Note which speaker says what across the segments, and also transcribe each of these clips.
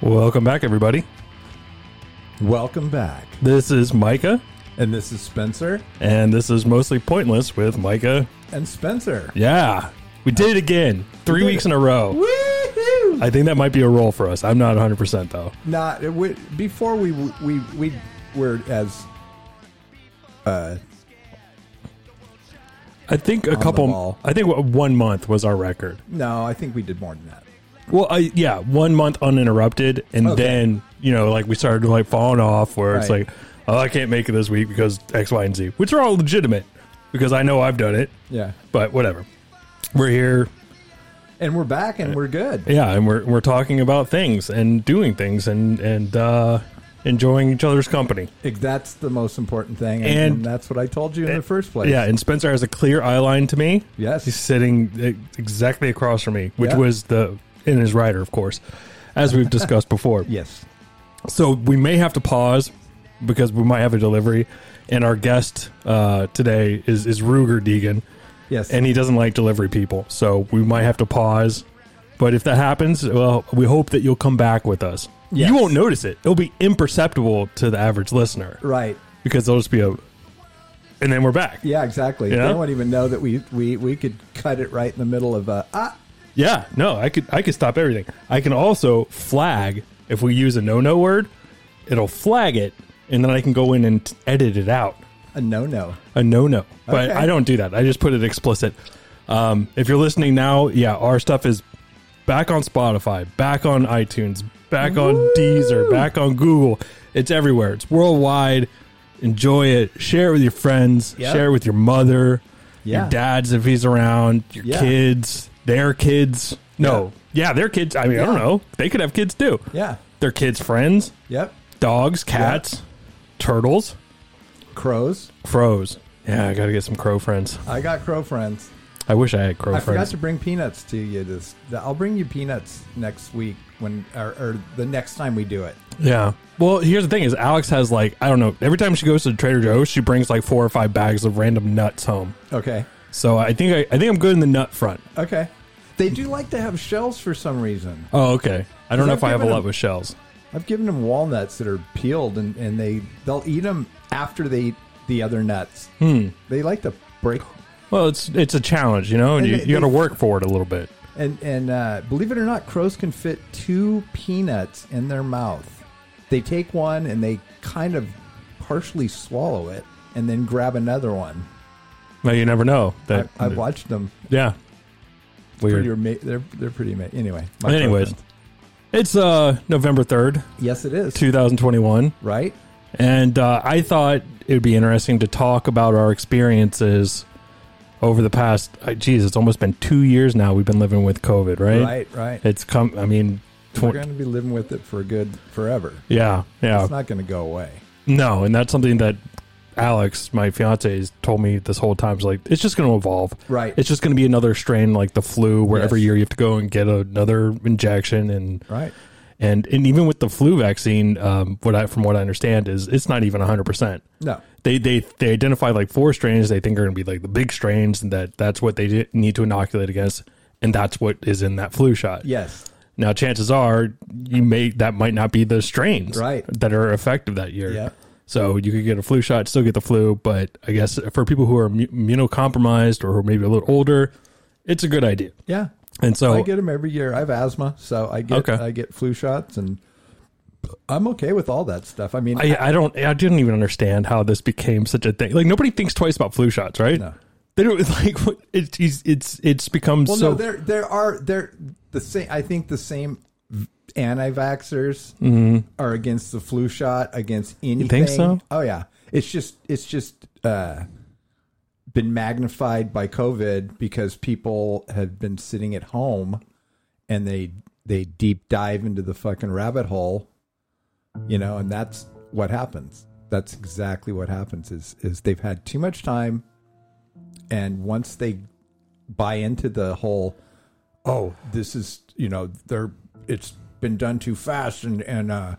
Speaker 1: Welcome back, everybody.
Speaker 2: Welcome back.
Speaker 1: This is Micah,
Speaker 2: And this is Spencer
Speaker 1: and this is mostly pointless with Micah.
Speaker 2: and Spencer.
Speaker 1: Yeah, we did it again, three weeks in a row.
Speaker 2: Woohoo!
Speaker 1: I think that might be a roll for us. I'm not 100 percent though.
Speaker 2: Not uh, we, before we we we were as uh
Speaker 1: I think a
Speaker 2: ball.
Speaker 1: couple. I think one month was our record.
Speaker 2: no, I think we did more than that.
Speaker 1: Well, I yeah, one month uninterrupted, and
Speaker 2: Okay.
Speaker 1: then you know, like we started like falling off, where it's
Speaker 2: Right.
Speaker 1: like, oh, I can't make it this week because X, Y, and Z, which are all legitimate because I know I've done it.
Speaker 2: Yeah.
Speaker 1: But whatever, we're here.
Speaker 2: And we're back
Speaker 1: Uh,
Speaker 2: and we're good.
Speaker 1: Yeah, and we're we're talking about things and doing things and and uh, enjoying each other's company.
Speaker 2: That's the most important thing and,
Speaker 1: And-
Speaker 2: and that's what I told you in the first place.
Speaker 1: Yeah, and Spencer has a clear eye line to me.
Speaker 2: Yes.
Speaker 1: he's sitting uh, exactly across from me, which
Speaker 2: Yeah.
Speaker 1: was the in his rider, of course, as we've discussed before.
Speaker 2: Yes.
Speaker 1: So we may have to pause because we might have a delivery, and our guest uh, today is is Ruger Deegan,
Speaker 2: Yes.
Speaker 1: and he doesn't like delivery people, so we might have to pause. But if that happens, well, we hope that you'll come back with us.
Speaker 2: Yes.
Speaker 1: You won't notice it; it'll be imperceptible to the average listener
Speaker 2: right.
Speaker 1: because there'll just be a, and then we're back.
Speaker 2: Yeah, exactly.
Speaker 1: Yeah.
Speaker 2: They won't even know that we, we, we could cut it right in the middle of a ah
Speaker 1: Yeah, no, I could I could stop everything. I can also flag if we use a no no word, it'll flag it, and then I can go in and t- edit it out.
Speaker 2: a no no.
Speaker 1: A no no, but
Speaker 2: Okay.
Speaker 1: I don't do that. I just put it explicit. Um, if you're listening now, yeah, our stuff is back on Spotify, back on iTunes, back on Deezer, back on Google. It's everywhere. It's worldwide. Enjoy it. Share it with your friends.
Speaker 2: Yep.
Speaker 1: Share it with your mother,
Speaker 2: Yeah.
Speaker 1: your dad's if he's around, your
Speaker 2: Yeah.
Speaker 1: kids, their kids. No, yeah, their kids. I mean, I don't
Speaker 2: Yeah.
Speaker 1: know. They could have kids too.
Speaker 2: Yeah.
Speaker 1: Their kids' friends,
Speaker 2: Yep.
Speaker 1: dogs, cats, turtles,
Speaker 2: Crows.
Speaker 1: crows. Yeah, I got to get some crow friends.
Speaker 2: I got crow friends.
Speaker 1: I wish I had crow
Speaker 2: I forgot
Speaker 1: friends.
Speaker 2: to bring peanuts to you. This I'll bring you peanuts next week when or, or the next time we do it.
Speaker 1: Yeah. Well, here's the thing: is Alex has like I don't know. Every time she goes to Trader Joe's, she brings like four or five bags of random nuts home.
Speaker 2: Okay.
Speaker 1: So I think I, I think I'm good in the nut front.
Speaker 2: Okay. They do like to have shells for some reason.
Speaker 1: Oh, okay. I don't know
Speaker 2: I've
Speaker 1: if I have a
Speaker 2: given
Speaker 1: lot
Speaker 2: him-
Speaker 1: with shells.
Speaker 2: I've given them walnuts that are peeled, and, and they they'll eat them after they eat the other nuts. Hmm. They like to break
Speaker 1: Well, it's it's a challenge, you know, and,
Speaker 2: And
Speaker 1: you,
Speaker 2: they-
Speaker 1: you got to
Speaker 2: they-
Speaker 1: work for it a little bit.
Speaker 2: and and uh, believe it or not, crows can fit two peanuts in their mouth. They take one and they kind of partially swallow it, and then grab another one.
Speaker 1: Well, you never know.
Speaker 2: I,
Speaker 1: That
Speaker 2: I've watched them
Speaker 1: yeah.
Speaker 2: pretty
Speaker 1: Weird.
Speaker 2: ama- they're they're pretty ama- anyway. my
Speaker 1: Anyways,
Speaker 2: preference.
Speaker 1: it's uh November third,
Speaker 2: yes, it is
Speaker 1: 2021.
Speaker 2: right.
Speaker 1: And uh, I thought it would be interesting to talk about our experiences over the past. Uh, geez, it's almost been two years now. We've been living with COVID, right?
Speaker 2: Right, right.
Speaker 1: It's come. I mean,
Speaker 2: We're
Speaker 1: tw-
Speaker 2: going to be living with it for good forever.
Speaker 1: yeah, yeah.
Speaker 2: It's not going to go away.
Speaker 1: no, and that's something that Alex, my fiance, has told me this whole time. It's like it's just going to evolve.
Speaker 2: Right.
Speaker 1: It's just going to be another strain like the flu, where
Speaker 2: Yes.
Speaker 1: every year you have to go and get another injection and.
Speaker 2: Right.
Speaker 1: And, and even with the flu vaccine, um, what I, from what I understand is it's not even hundred percent.
Speaker 2: No.
Speaker 1: they they they identify like four strains they think are going to be like the big strains and that that's what they di- need to inoculate against and that's what is in that flu shot
Speaker 2: Yes.
Speaker 1: now chances are you may that might not be the strains
Speaker 2: Right.
Speaker 1: that are effective that year
Speaker 2: Yeah.
Speaker 1: so you could get a flu shot still get the flu but i guess for people who are immu- immunocompromised or who are maybe a little older it's a good idea
Speaker 2: Yeah.
Speaker 1: and so
Speaker 2: I get them every year. I have asthma, so I get
Speaker 1: Oh. Okay.
Speaker 2: I get flu shots, and I'm okay with all that stuff. I mean,
Speaker 1: I, I don't I didn't even understand how this became such a thing. Like nobody thinks twice about flu shots, right?
Speaker 2: No.
Speaker 1: They don't like what it's it's it's become
Speaker 2: well,
Speaker 1: Um, so
Speaker 2: no, there there are there the same. I think the same anti-vaxxers are against the flu shot, against anything.
Speaker 1: Mm-hmm. so?
Speaker 2: Oh yeah, it's just it's just uh, been magnified by COVID because people have been sitting at home and they they deep dive into the fucking rabbit hole, you know, and that's what happens. That's exactly what happens is is they've had too much time and once they buy into the whole oh this is you know they're it's been done too fast and and uh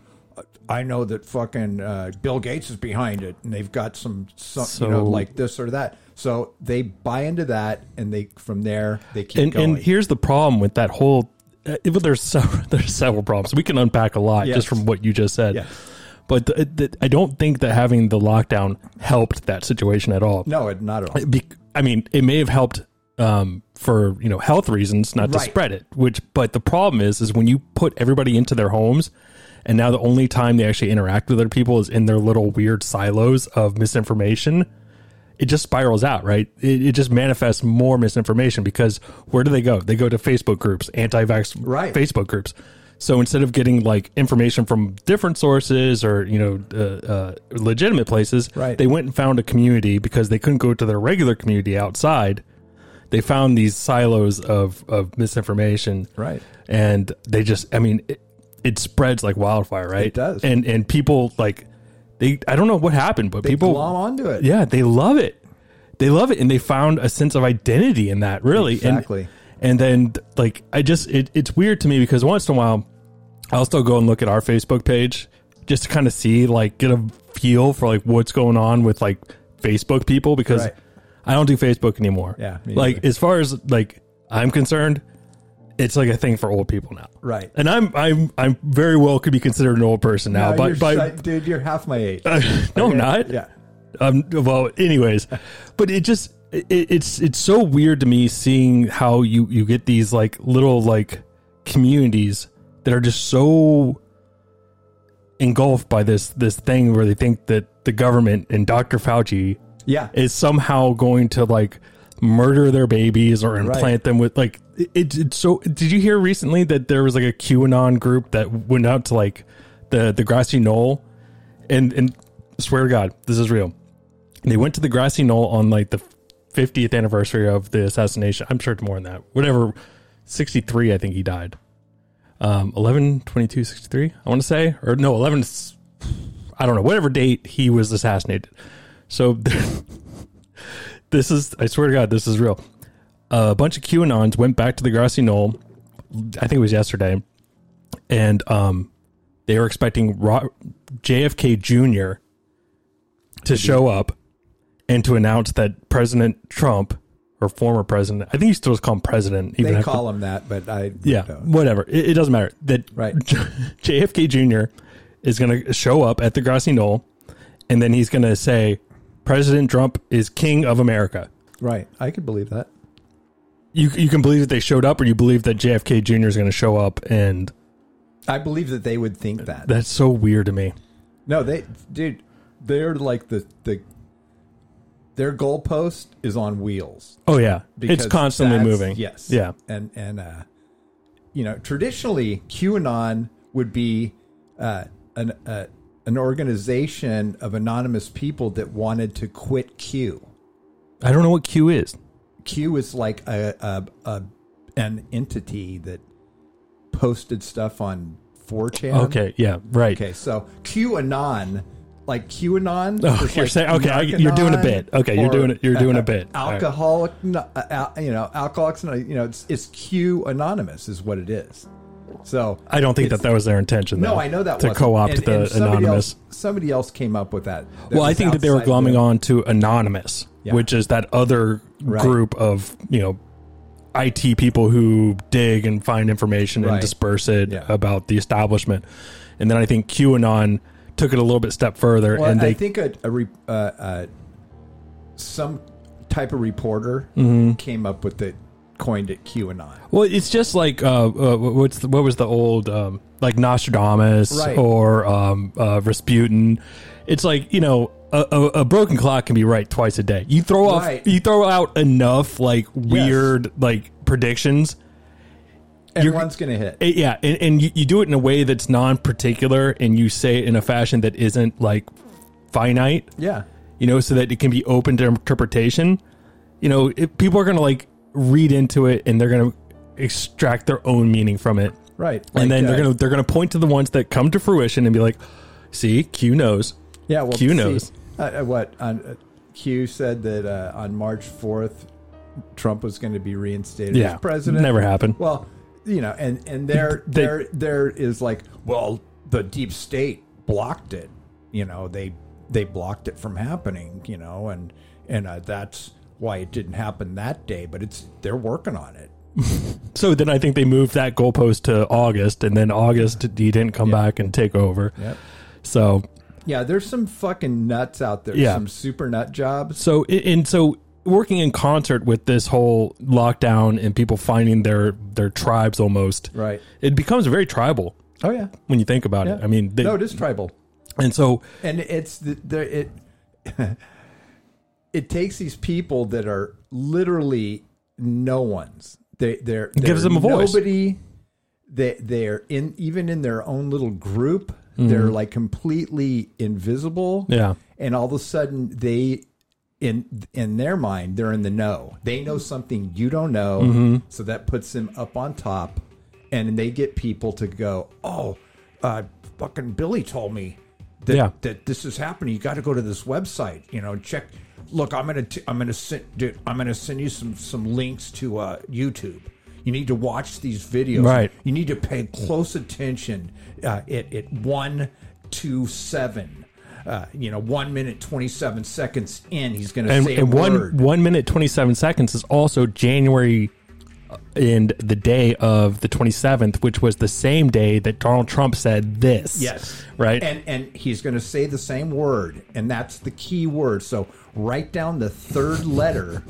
Speaker 2: I know that fucking uh, Bill Gates is behind it, and they've got some, some you know,
Speaker 1: So-
Speaker 2: like this or that. So they buy into that, and they from there they keep
Speaker 1: and
Speaker 2: going.
Speaker 1: and here's the problem with that whole uh, but there's several, there's several problems. We can unpack a lot
Speaker 2: Yes.
Speaker 1: just from what you just said.
Speaker 2: Yes.
Speaker 1: But the, the, I don't think that having the lockdown helped that situation at all.
Speaker 2: No, it, not at all.
Speaker 1: Be, I mean, it may have helped um, for you know health reasons, not to
Speaker 2: Right.
Speaker 1: spread it. Which, but the problem is, is when you put everybody into their homes, and now the only time they actually interact with other people is in their little weird silos of misinformation. It just spirals out, right? It, it just manifests more misinformation because where do they go? They go to Facebook groups, anti-vax
Speaker 2: Right.
Speaker 1: Facebook groups. So instead of getting like information from different sources or you know uh, uh, legitimate places,
Speaker 2: Right.
Speaker 1: they went and found a community because they couldn't go to their regular community outside. They found these silos of of misinformation,
Speaker 2: Right.
Speaker 1: And they just, I mean, it, it spreads like wildfire, right?
Speaker 2: It does.
Speaker 1: And and people like they, I don't know what happened, but people
Speaker 2: glom onto it.
Speaker 1: yeah, they love it. They love it, and they found a sense of identity in that. Really, And-
Speaker 2: Exactly.
Speaker 1: And, then, like, I just it, it's weird to me because once in a while, I'll still go and look at our Facebook page just to kind of see, like, get a feel for like what's going on with like Facebook people because
Speaker 2: Right.
Speaker 1: I don't do Facebook anymore.
Speaker 2: Yeah, me
Speaker 1: like
Speaker 2: neither.
Speaker 1: as far as like I'm concerned, it's like a thing for old people now.
Speaker 2: Right.
Speaker 1: And I'm I'm I'm very well could be considered an old person now,
Speaker 2: No,
Speaker 1: but
Speaker 2: you're
Speaker 1: by,
Speaker 2: si- dude, you're half my age.
Speaker 1: no, I'm not.
Speaker 2: yeah.
Speaker 1: Um, well, anyways, but it just it, it's it's so weird to me seeing how you you get these like little like communities that are just so engulfed by this this thing where they think that the government and Dr. Fauci
Speaker 2: Yeah.
Speaker 1: is somehow going to like murder their babies or implant them with like it, it, it's so did you hear recently that there was like a qanon group that went out to like the the grassy knoll and and swear to god this is real they went to the grassy knoll on like the 50th anniversary of the assassination i'm sure it's more than that whatever 63 i think he died um 11 22 63 i want to say or no 11 i don't know whatever date he was assassinated so this is I swear to God, this is real. a bunch of QAnons went back to the grassy knoll. I think it was yesterday, and um, they were expecting Ro- JFK Jr. to show up and to announce that President Trump or former president, I think he still is called president. Even
Speaker 2: They
Speaker 1: after-
Speaker 2: call him that, but I
Speaker 1: yeah,
Speaker 2: don't.
Speaker 1: whatever. It, it doesn't matter. That
Speaker 2: Right.
Speaker 1: JFK Jr. is going to show up at the grassy knoll, and then he's going to say, "President Trump is king of America."
Speaker 2: Right. I could believe that.
Speaker 1: You you can believe that they showed up, or you believe that JFK Jr. is going to show up, and
Speaker 2: I believe that they would think that.
Speaker 1: that's so weird to me.
Speaker 2: No, they dude, they're like the the their goalpost is on wheels.
Speaker 1: Oh yeah, it's
Speaker 2: because
Speaker 1: constantly
Speaker 2: that's-
Speaker 1: moving.
Speaker 2: Yes.
Speaker 1: yeah,
Speaker 2: And and uh, you know, traditionally QAnon would be uh, an uh, an organization of anonymous people that wanted to quit Q.
Speaker 1: I don't know what Q is.
Speaker 2: Q is like a, a, a an entity that posted stuff on 4chan.
Speaker 1: Okay, yeah, right.
Speaker 2: Okay, so QAnon, like
Speaker 1: Oh,
Speaker 2: QAnon. there's
Speaker 1: you're
Speaker 2: like
Speaker 1: saying- okay, I- you're doing a
Speaker 2: Narcanon
Speaker 1: bit. Okay, you're
Speaker 2: or,
Speaker 1: doing it- you're doing a
Speaker 2: uh,
Speaker 1: bit. All right.
Speaker 2: Alcoholic, no- uh, al- you know, alcoholics. no, You know, it's it's Q anonymous is what it is. So
Speaker 1: I don't think that that was their intention.
Speaker 2: no,
Speaker 1: though,
Speaker 2: I know that
Speaker 1: to
Speaker 2: wasn't.
Speaker 1: co-opt
Speaker 2: And-
Speaker 1: the
Speaker 2: and somebody
Speaker 1: anonymous.
Speaker 2: Else, somebody else came up with that. that
Speaker 1: well, I
Speaker 2: was
Speaker 1: think that they were
Speaker 2: outside
Speaker 1: glomming
Speaker 2: the-
Speaker 1: on to anonymous,
Speaker 2: Yeah.
Speaker 1: which is that other
Speaker 2: Right.
Speaker 1: group of you know IT people who dig and find information and
Speaker 2: Right.
Speaker 1: disperse it
Speaker 2: Yeah.
Speaker 1: about the establishment, and then I think QAnon took it a little bit step further,
Speaker 2: Well,
Speaker 1: and they
Speaker 2: I think a, a re, uh, uh, some type of reporter
Speaker 1: Mm-hmm.
Speaker 2: came up with it, coined it QAnon.
Speaker 1: well, it's just like uh, uh, what's the, what was the old um, like Nostradamus
Speaker 2: Right.
Speaker 1: or um, uh, Rasputin? It's like you know. A, a, a broken clock can be right twice a day. You throw off,
Speaker 2: Right.
Speaker 1: you throw out enough like weird like predictions,
Speaker 2: And
Speaker 1: You're-
Speaker 2: one's gonna hit.
Speaker 1: It- yeah, and, and you, you do it in a way that's non-particular, and you say it in a fashion that isn't like finite,
Speaker 2: Yeah.
Speaker 1: you know, so that it can be open to interpretation. You know, it, people are gonna like read into it, and they're gonna extract their own meaning from it,
Speaker 2: Right. uh,
Speaker 1: and then they're
Speaker 2: gonna.
Speaker 1: gonna they're gonna point to the ones that come to fruition and be like, "See, Q knows."
Speaker 2: Yeah, well,
Speaker 1: Q
Speaker 2: see,
Speaker 1: knows.
Speaker 2: uh, uh, what on, uh, Q said that uh, on March fourth, Trump was going to be reinstated
Speaker 1: Yeah,
Speaker 2: as president.
Speaker 1: never happened.
Speaker 2: Well, you know, and and there
Speaker 1: They-
Speaker 2: there there is like, well, the deep state blocked it. You know, they they blocked it from happening. You know, and and uh, that's why it didn't happen that day. But it's they're working on it.
Speaker 1: So then I think they moved that goalpost to August, and then August he didn't come back and take over.
Speaker 2: Yep.
Speaker 1: So
Speaker 2: Yeah, there's some fucking nuts out there.
Speaker 1: Yeah.
Speaker 2: Some super nut jobs.
Speaker 1: so i- and so working in concert with this whole lockdown and people finding their their tribes almost
Speaker 2: Right.
Speaker 1: it becomes very tribal
Speaker 2: Oh yeah.
Speaker 1: when you think about it.
Speaker 2: Yeah.
Speaker 1: I mean, they,
Speaker 2: no, it is tribal,
Speaker 1: and so
Speaker 2: and it's the, the it. it takes these people that are literally no ones. They they're, they're
Speaker 1: gives them a voice.
Speaker 2: Nobody. They they're in even in their own little group. They're like completely invisible.
Speaker 1: Mm-hmm. Yeah.
Speaker 2: and all of a sudden they. In in their mind, they're in the know. They know something you don't know, so that puts them up on top, and they get people to go, "Oh, uh, fucking Billy told me that
Speaker 1: Yeah.
Speaker 2: that this is happening. You got to go to this website. You know, check. Look, I'm gonna t- I'm gonna send dude, I'm gonna send you some some links to uh, YouTube. You need to watch these videos.
Speaker 1: Right.
Speaker 2: You need to pay close attention. Uh, at at one two seven. Uh, you know, one minute twenty seven seconds in, he's gonna
Speaker 1: and,
Speaker 2: say
Speaker 1: and
Speaker 2: a
Speaker 1: one
Speaker 2: word.
Speaker 1: one minute twenty seven seconds is also January uh, and the day of the twenty seventh, which was the same day that Donald Trump said this.
Speaker 2: Yes.
Speaker 1: right.
Speaker 2: And and he's going to say the same word, and that's the key word. So write down the third letter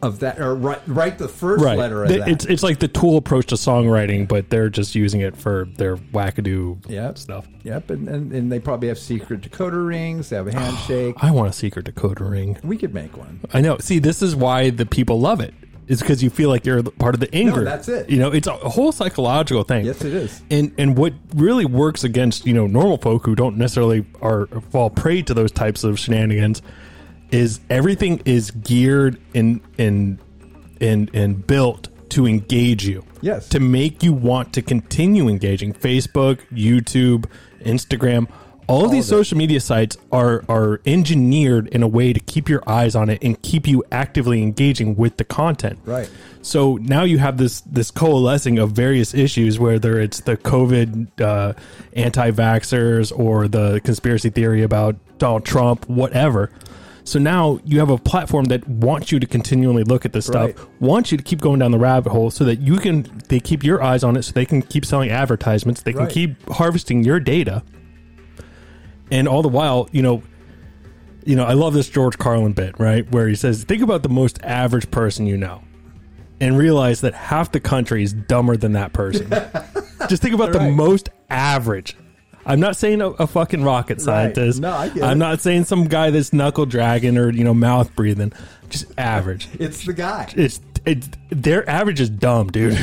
Speaker 2: of that, or write, write the first
Speaker 1: Right.
Speaker 2: letter of
Speaker 1: They-
Speaker 2: that.
Speaker 1: It's it's like the tool approach to songwriting, but they're just using it for their wackadoo
Speaker 2: Yep.
Speaker 1: stuff.
Speaker 2: Yep, and, and and they probably have secret decoder rings. They have a handshake.
Speaker 1: I want a secret decoder ring.
Speaker 2: we could make one.
Speaker 1: I know. See, this is why the people love it. It's because you feel like you're part of the in group.
Speaker 2: that's it.
Speaker 1: You know, it's a whole psychological thing.
Speaker 2: Yes, it is.
Speaker 1: And and what really works against you know normal folk who don't necessarily are fall prey to those types of shenanigans is everything is geared and and and and built to engage you.
Speaker 2: Yes.
Speaker 1: To make you want to continue engaging. Facebook, YouTube, Instagram, all, of these social media sites are are engineered in a way to keep your eyes on it and keep you actively engaging with the content.
Speaker 2: Right.
Speaker 1: So now you have this this coalescing of various issues, whether it's the COVID uh, anti-vaxxers or the conspiracy theory about Donald Trump, whatever. So now you have a platform that wants you to continually look at this stuff,
Speaker 2: Right.
Speaker 1: wants you to keep going down the rabbit hole, so that you can they keep your eyes on it, so they can keep selling advertisements, they can
Speaker 2: Right.
Speaker 1: keep harvesting your data, and all the while, you know, you know, I love this George Carlin bit, right? Where he says, think about the most average person you know and realize that half the country is dumber than that person. Just think about the
Speaker 2: Right.
Speaker 1: most average. I'm not saying a, a fucking rocket scientist.
Speaker 2: No, I get
Speaker 1: am
Speaker 2: it.
Speaker 1: not saying some guy that's knuckle dragging or, you know, mouth breathing. Just average.
Speaker 2: It's the guy.
Speaker 1: It's, it's their average is dumb, dude.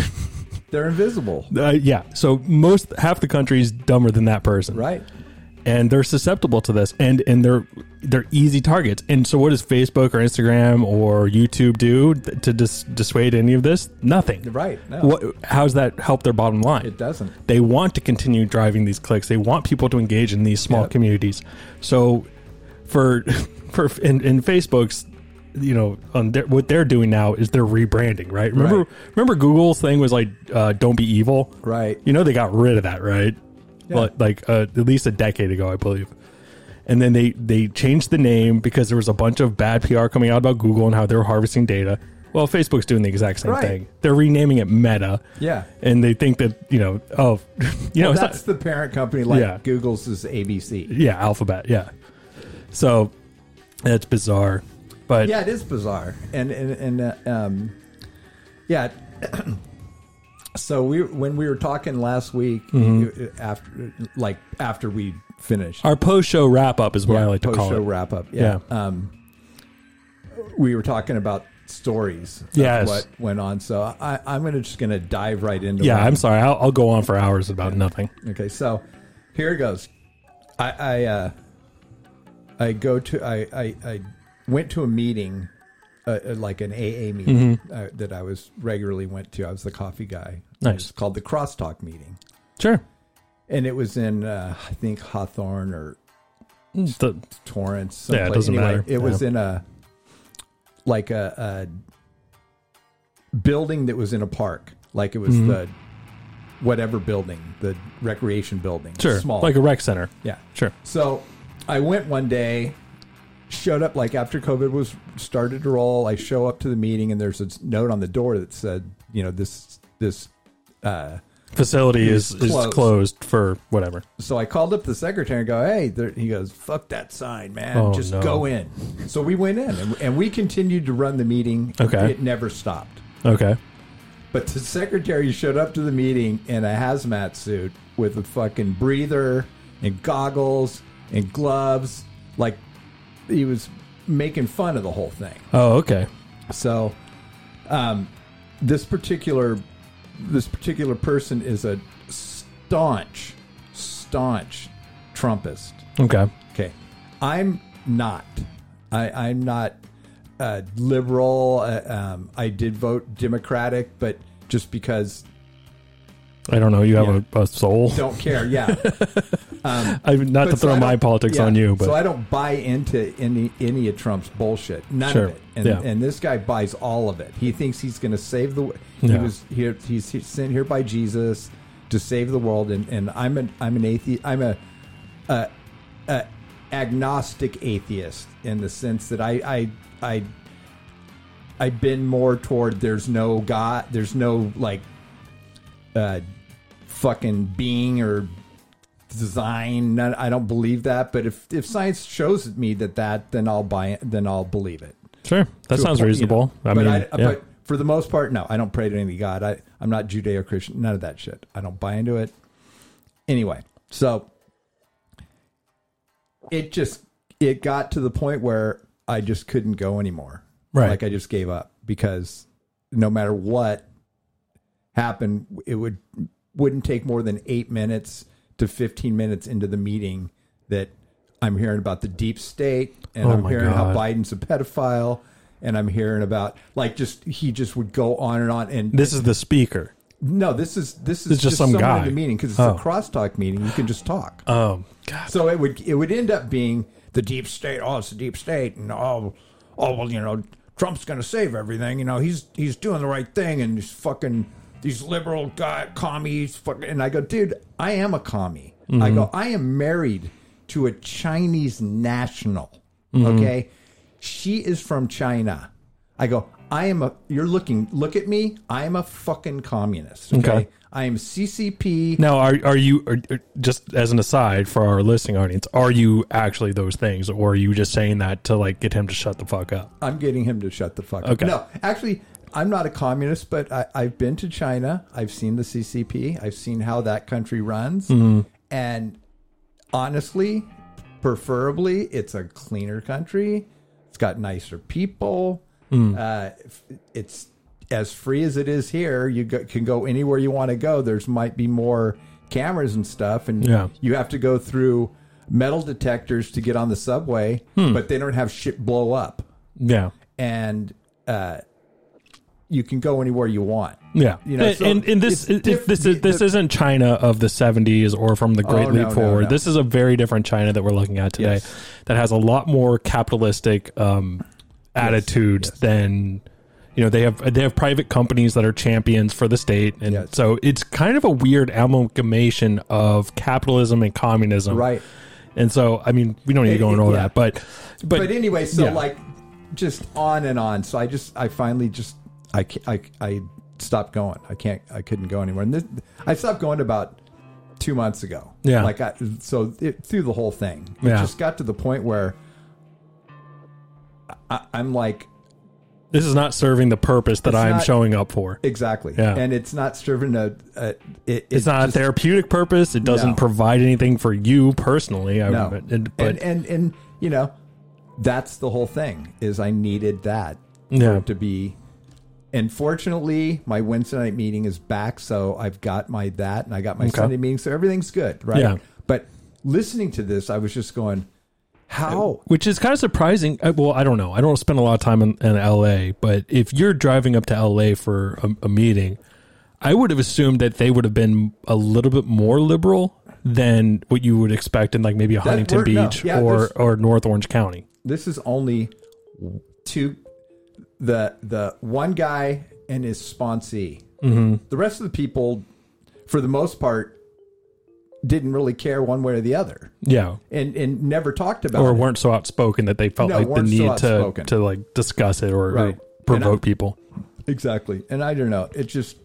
Speaker 2: They're invisible,
Speaker 1: Uh, yeah. So most half the country is dumber than that person
Speaker 2: right?
Speaker 1: and they're susceptible to this and and they're they're easy targets and so what does facebook or instagram or youtube do th- to dis- dissuade any of this nothing
Speaker 2: Right, no.
Speaker 1: what how's that help their bottom line
Speaker 2: It doesn't.
Speaker 1: they want to continue driving these clicks they want people to engage in these small
Speaker 2: Yep.
Speaker 1: communities so for for in, in facebook's you know on their, what they're doing now is they're rebranding right remember
Speaker 2: Right.
Speaker 1: remember google's thing was like uh, don't be evil
Speaker 2: Right.
Speaker 1: you know they got rid of that, right? Like, like uh, at least a decade ago, I believe. And then they they changed the name because there was a bunch of bad PR coming out about Google and how they were harvesting data. Well, Facebook's doing the exact same
Speaker 2: Right.
Speaker 1: thing. They're renaming it Meta.
Speaker 2: Yeah.
Speaker 1: And they think that, you know, oh, you know, it's not-
Speaker 2: That's the parent company, like
Speaker 1: Yeah.
Speaker 2: Google's is ABC.
Speaker 1: yeah, Alphabet, yeah. So that's bizarre. But
Speaker 2: Yeah, it is bizarre, and and and uh, um, yeah. so we when we were talking last week
Speaker 1: Mm-hmm.
Speaker 2: you- after like after we finished
Speaker 1: our post show wrap up is what I like to call
Speaker 2: post-show
Speaker 1: it.
Speaker 2: wrap up.
Speaker 1: Yeah.
Speaker 2: Yeah. Um, we were talking about stories. of
Speaker 1: Yes.
Speaker 2: What went on? So I, I'm gonna just gonna dive right into.
Speaker 1: yeah,
Speaker 2: one.
Speaker 1: I'm sorry. I'll, I'll go on for hours about nothing.
Speaker 2: Okay. So here it goes. I I uh, I go to I I, I went to a meeting. Uh, uh, like an AA meeting
Speaker 1: Mm-hmm.
Speaker 2: uh, that I was regularly went to. I was the coffee guy.
Speaker 1: Nice.
Speaker 2: It's called the Crosstalk meeting,
Speaker 1: Sure.
Speaker 2: and it was in uh, I think Hawthorne or
Speaker 1: It's the-
Speaker 2: Torrance.
Speaker 1: Yeah, it
Speaker 2: someplace.
Speaker 1: doesn't
Speaker 2: Anyway,
Speaker 1: matter.
Speaker 2: It was
Speaker 1: Yeah.
Speaker 2: in a like a, a building that was in a park, like it was
Speaker 1: Mm-hmm.
Speaker 2: the whatever building, the recreation building,
Speaker 1: sure.
Speaker 2: small,
Speaker 1: Like a rec center.
Speaker 2: yeah.
Speaker 1: Sure.
Speaker 2: So I went one day, showed up like after COVID was started to roll. I show up to the meeting and there's a note on the door that said you know this this uh
Speaker 1: Facility is, is
Speaker 2: Closed.
Speaker 1: closed for whatever.
Speaker 2: so I called up the secretary and go, hey, there, he goes, fuck that sign, man.
Speaker 1: Oh,
Speaker 2: Just
Speaker 1: no.
Speaker 2: go in. So we went in and, and we continued to run the meeting.
Speaker 1: Okay.
Speaker 2: It never stopped.
Speaker 1: Okay.
Speaker 2: But the secretary showed up to the meeting in a hazmat suit with a fucking breather and goggles and gloves. Like he was making fun of the whole thing.
Speaker 1: Oh, okay.
Speaker 2: So, um, this particular this particular person is a staunch, staunch Trumpist.
Speaker 1: Okay.
Speaker 2: Okay, I'm not. I, I'm not uh, liberal. Uh, um, I did vote Democratic, but just because
Speaker 1: I don't know. You have a, a soul.
Speaker 2: don't care. Yeah,
Speaker 1: I, not to
Speaker 2: But so
Speaker 1: throw
Speaker 2: I
Speaker 1: my
Speaker 2: don't-
Speaker 1: politics
Speaker 2: yeah,
Speaker 1: on you, but
Speaker 2: so I don't buy into any any of Trump's bullshit. None
Speaker 1: Sure,
Speaker 2: of it. And,
Speaker 1: yeah.
Speaker 2: and this guy buys all of it. He thinks he's going to save the. He
Speaker 1: Yeah.
Speaker 2: was here. He's sent here by Jesus to save the world. And, and I'm an I'm an atheist. I'm a, a, a agnostic atheist in the sense that I I I I bend more toward there's no God. There's no like. Uh, fucking being or design. None, I don't believe that, but if if science shows me that that, then I'll buy it. Then I'll believe it.
Speaker 1: sure. That
Speaker 2: To a
Speaker 1: sounds
Speaker 2: point, you
Speaker 1: reasonable.
Speaker 2: know.
Speaker 1: I
Speaker 2: but
Speaker 1: mean,
Speaker 2: I,
Speaker 1: yeah.
Speaker 2: but for the most part, no, I don't pray to any god. I I'm not Judeo Christian. None of that shit. I don't buy into it. Anyway, so it just it got to the point where I just couldn't go anymore.
Speaker 1: Right.
Speaker 2: Like I just gave up because no matter what happened, it would wouldn't take more than eight minutes to fifteen minutes into the meeting that I'm hearing about the deep state and
Speaker 1: Oh
Speaker 2: I'm
Speaker 1: my
Speaker 2: hearing how
Speaker 1: God.
Speaker 2: Biden's a pedophile and I'm hearing about like just he just would go on and on and
Speaker 1: this is the speaker.
Speaker 2: no, this is this is
Speaker 1: It's just some
Speaker 2: someone in
Speaker 1: guy. Oh.
Speaker 2: the meeting because it's a crosstalk meeting. You can just talk.
Speaker 1: Um, God.
Speaker 2: So it would it would end up being the deep state. Oh, it's the deep state, and oh, oh well, you know, Trump's going to save everything. You know, he's he's doing the right thing, and he's fucking these liberal guy commies. Fucking, and I go, dude, I am a commie. I go, I am married to a Chinese national. Okay, she is from China. I go, I am a. You're looking. Look at me. I am a fucking communist. Okay.
Speaker 1: Okay.
Speaker 2: I am CCP.
Speaker 1: Now, are are you are, are- just as an aside for our listening audience? Are you actually those things, or are you just saying that to like get him to shut the fuck up?
Speaker 2: I'm getting him to shut the fuck up.
Speaker 1: Okay.
Speaker 2: No, actually, I'm not a communist, but I, I've been to China. I've seen the CCP. I've seen how that country runs.
Speaker 1: Mm-hmm.
Speaker 2: And honestly, preferably, it's a cleaner country. It's got nicer people.
Speaker 1: Mm.
Speaker 2: Uh, if- it's as free as it is here. You go, can go anywhere you want to go. There's might be more cameras and stuff, and
Speaker 1: Yeah.
Speaker 2: you have to go through metal detectors to get on the subway,
Speaker 1: Hmm.
Speaker 2: but they don't have shit blow up,
Speaker 1: Yeah,
Speaker 2: and uh, you can go anywhere you want.
Speaker 1: yeah.
Speaker 2: You know,
Speaker 1: and,
Speaker 2: so
Speaker 1: and, and this
Speaker 2: it's
Speaker 1: it-
Speaker 2: diff-
Speaker 1: this is this
Speaker 2: the-
Speaker 1: isn't China of the seventies or from the Great
Speaker 2: Oh,
Speaker 1: Leap
Speaker 2: no, no,
Speaker 1: Forward.
Speaker 2: no.
Speaker 1: This is a very different China that we're looking at today,
Speaker 2: Yes.
Speaker 1: that has a lot more capitalistic um, attitudes than. You know they have they have private companies that are champions for the state, and
Speaker 2: Yes.
Speaker 1: so it's kind of a weird amalgamation of capitalism and communism,
Speaker 2: Right.
Speaker 1: And so, I mean, we don't need to go into all
Speaker 2: Yeah.
Speaker 1: that, but, but,
Speaker 2: But anyway, so
Speaker 1: yeah.
Speaker 2: like just on and on. So I just I finally just I ca- I I stopped going. I can't I couldn't go anymore. And this, I stopped going about two months ago.
Speaker 1: Yeah.
Speaker 2: Like I so it, through the whole thing, it
Speaker 1: Yeah.
Speaker 2: just got to the point where I, I'm like
Speaker 1: this is not serving the purpose that I'm
Speaker 2: not-
Speaker 1: showing up for.
Speaker 2: exactly,
Speaker 1: Yeah.
Speaker 2: and it's not serving a. a it,
Speaker 1: It's not a
Speaker 2: just-
Speaker 1: therapeutic purpose. It doesn't
Speaker 2: No.
Speaker 1: provide anything for you personally. I
Speaker 2: No,
Speaker 1: would, and, but
Speaker 2: and, and and you know, that's the whole thing. Is I needed that
Speaker 1: yeah,
Speaker 2: to be. And fortunately, my Wednesday night meeting is back, so I've got my that, and I got my Sunday meeting, so everything's good, right?
Speaker 1: Yeah.
Speaker 2: But listening to this, I was just going, how?
Speaker 1: which is kind of surprising. I, well, I don't know. I don't spend a lot of time in, in L.A., but if you're driving up to L.A. for a, a meeting, I would have assumed that they would have been a little bit more liberal than what you would expect in like maybe a Huntington
Speaker 2: we're- no.
Speaker 1: Beach
Speaker 2: Yeah,
Speaker 1: or
Speaker 2: there's-
Speaker 1: or North Orange County.
Speaker 2: This is only two, the the one guy and his sponsee.
Speaker 1: Mm-hmm.
Speaker 2: The rest of the people, for the most part, didn't really care one way or the other,
Speaker 1: Yeah,
Speaker 2: and and never talked about
Speaker 1: or
Speaker 2: it.
Speaker 1: weren't so outspoken that they felt
Speaker 2: No,
Speaker 1: like the
Speaker 2: weren't so
Speaker 1: need to
Speaker 2: outspoken.
Speaker 1: to like discuss it or, or
Speaker 2: Right.
Speaker 1: provoke
Speaker 2: And I-
Speaker 1: people.
Speaker 2: Exactly. And I don't know. It just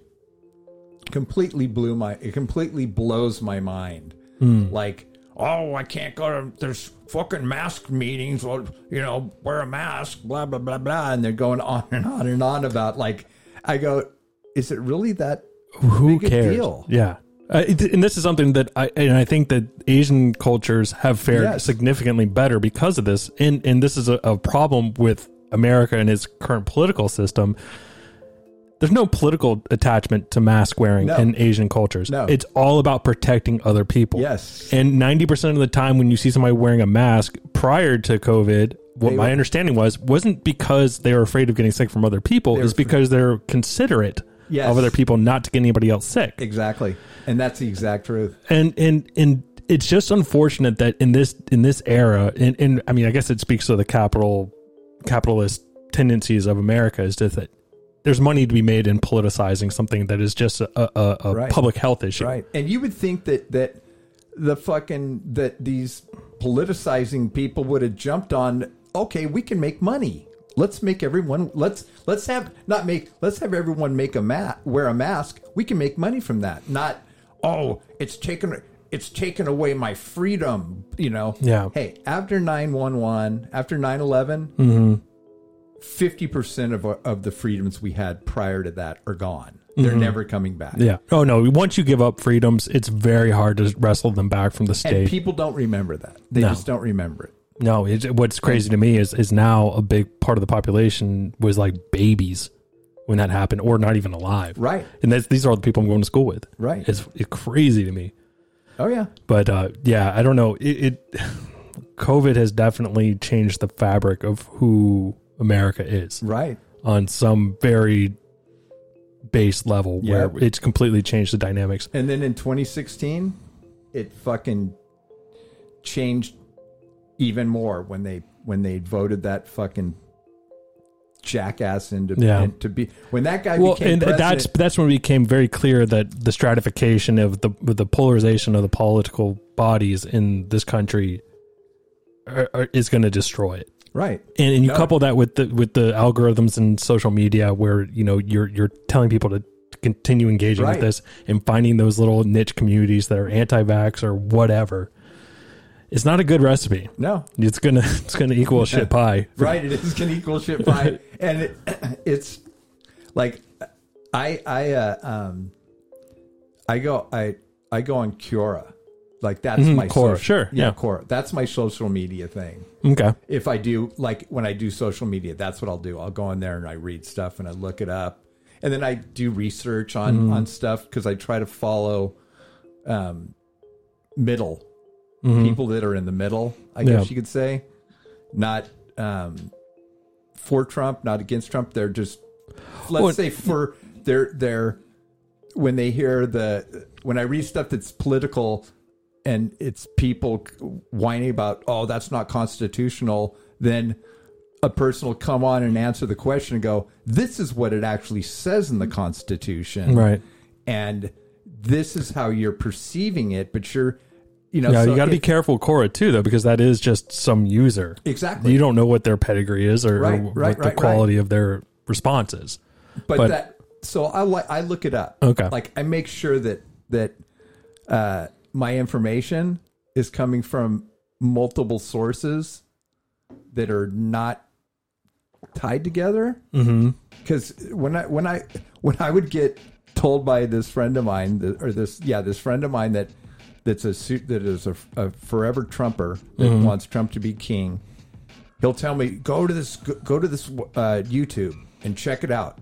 Speaker 2: completely blew my it completely blows my mind.
Speaker 1: Hmm.
Speaker 2: Like, oh, I can't go to there's fucking mask meetings, well, you know, wear a mask, blah blah blah blah, and they're going on and on and on about like I go, is it really that
Speaker 1: Who
Speaker 2: big a
Speaker 1: cares?
Speaker 2: deal?
Speaker 1: Yeah. Uh, it, and this is something that I and I think that Asian cultures have fared
Speaker 2: Yes.
Speaker 1: significantly better because of this, and and this is a, a problem with America and its current political system. There's no political attachment to mask wearing
Speaker 2: No.
Speaker 1: in Asian cultures.
Speaker 2: No.
Speaker 1: It's all about protecting other people.
Speaker 2: Yes.
Speaker 1: And 90% of the time when you see somebody wearing a mask prior to COVID, what
Speaker 2: They
Speaker 1: my
Speaker 2: were-
Speaker 1: understanding was wasn't because they were afraid of getting sick from other people, it's because they're considerate
Speaker 2: Yes.
Speaker 1: of other people not to get anybody else sick.
Speaker 2: Exactly. And that's the exact truth.
Speaker 1: And and and it's just unfortunate that in this in this era and, and I mean I guess it speaks to the capital capitalist tendencies of America is just that there's money to be made in politicizing something that is just a, a, a
Speaker 2: Right.
Speaker 1: public health issue.
Speaker 2: Right. And you would think that that the fucking that these politicizing people would have jumped on, okay, we can make money. Let's make everyone let's let's have not make let's have everyone make a mat wear a mask. We can make money from that. Not oh, it's taken it's taken away my freedom, you know.
Speaker 1: Yeah.
Speaker 2: Hey, after 911, after 9/11, 50% of of the freedoms we had prior to that are gone. They're never coming back.
Speaker 1: Yeah. Oh no. Once you give up freedoms, it's very hard to wrestle them back from the
Speaker 2: And
Speaker 1: state.
Speaker 2: people don't remember that. They
Speaker 1: No.
Speaker 2: just don't remember it.
Speaker 1: no. It's, what's crazy to me is is now a big part of the population was like babies when that happened, or not even alive.
Speaker 2: Right.
Speaker 1: And that's, these are all the people I'm going to school with.
Speaker 2: Right.
Speaker 1: It's, it's crazy to me.
Speaker 2: Oh yeah.
Speaker 1: But uh, yeah, I don't know. It, it COVID has definitely changed the fabric of who America is
Speaker 2: Right.
Speaker 1: on some very base level where
Speaker 2: Yeah.
Speaker 1: it's completely changed the dynamics.
Speaker 2: And then in 2016, it fucking changed even more when they when they voted that fucking jackass into
Speaker 1: Yeah.
Speaker 2: to be when that guy
Speaker 1: well,
Speaker 2: became
Speaker 1: and that's
Speaker 2: president.
Speaker 1: that's when it became very clear that the stratification of the the polarization of the political bodies in this country are, are, is going to destroy it.
Speaker 2: right.
Speaker 1: And, and you
Speaker 2: No.
Speaker 1: couple that with the with the algorithms and social media, where you know you're you're telling people to continue engaging
Speaker 2: Right.
Speaker 1: with this and finding those little niche communities that are anti-vax or whatever. It's not a good recipe.
Speaker 2: No.
Speaker 1: It's gonna it's gonna equal a shit pie.
Speaker 2: Right, it is can equal shit pie, and it, it's like I I uh, um I go I I go on Cura, like that's my
Speaker 1: Mm-hmm. Quora,
Speaker 2: social,
Speaker 1: sure, yeah.
Speaker 2: Quora. That's my social media thing.
Speaker 1: Okay.
Speaker 2: If I do like when I do social media, that's what I'll do. I'll go on there and I read stuff and I look it up, and then I do research on
Speaker 1: Mm-hmm.
Speaker 2: on stuff because I try to follow um middle people that are in the middle. I
Speaker 1: Mm-hmm. Yeah.
Speaker 2: guess you could say not um, for Trump, not against Trump. They're just let's
Speaker 1: Well,
Speaker 2: say for they're they're when they hear the when I read stuff that's political and it's people whining about oh that's not constitutional, then a person will come on and answer the question and go this is what it actually says in the Constitution,
Speaker 1: Right.
Speaker 2: And this is how you're perceiving it, but you're you know
Speaker 1: Yeah,
Speaker 2: so
Speaker 1: you got to
Speaker 2: it-
Speaker 1: be careful with Quora too, though, because that is just some user.
Speaker 2: exactly
Speaker 1: You don't know what their pedigree is or, or
Speaker 2: Right,
Speaker 1: what
Speaker 2: right,
Speaker 1: the
Speaker 2: right,
Speaker 1: quality of their response is.
Speaker 2: but,
Speaker 1: But-
Speaker 2: that so I like I look it up.
Speaker 1: Okay.
Speaker 2: Like I make sure that that uh, my information is coming from multiple sources that are not tied together. Because when I when I when I would get told by this friend of mine that, or this yeah this friend of mine that that's a suit that is a, a forever Trumper that wants Trump to be king he'll tell me go to this go, go to this uh, YouTube and check it out.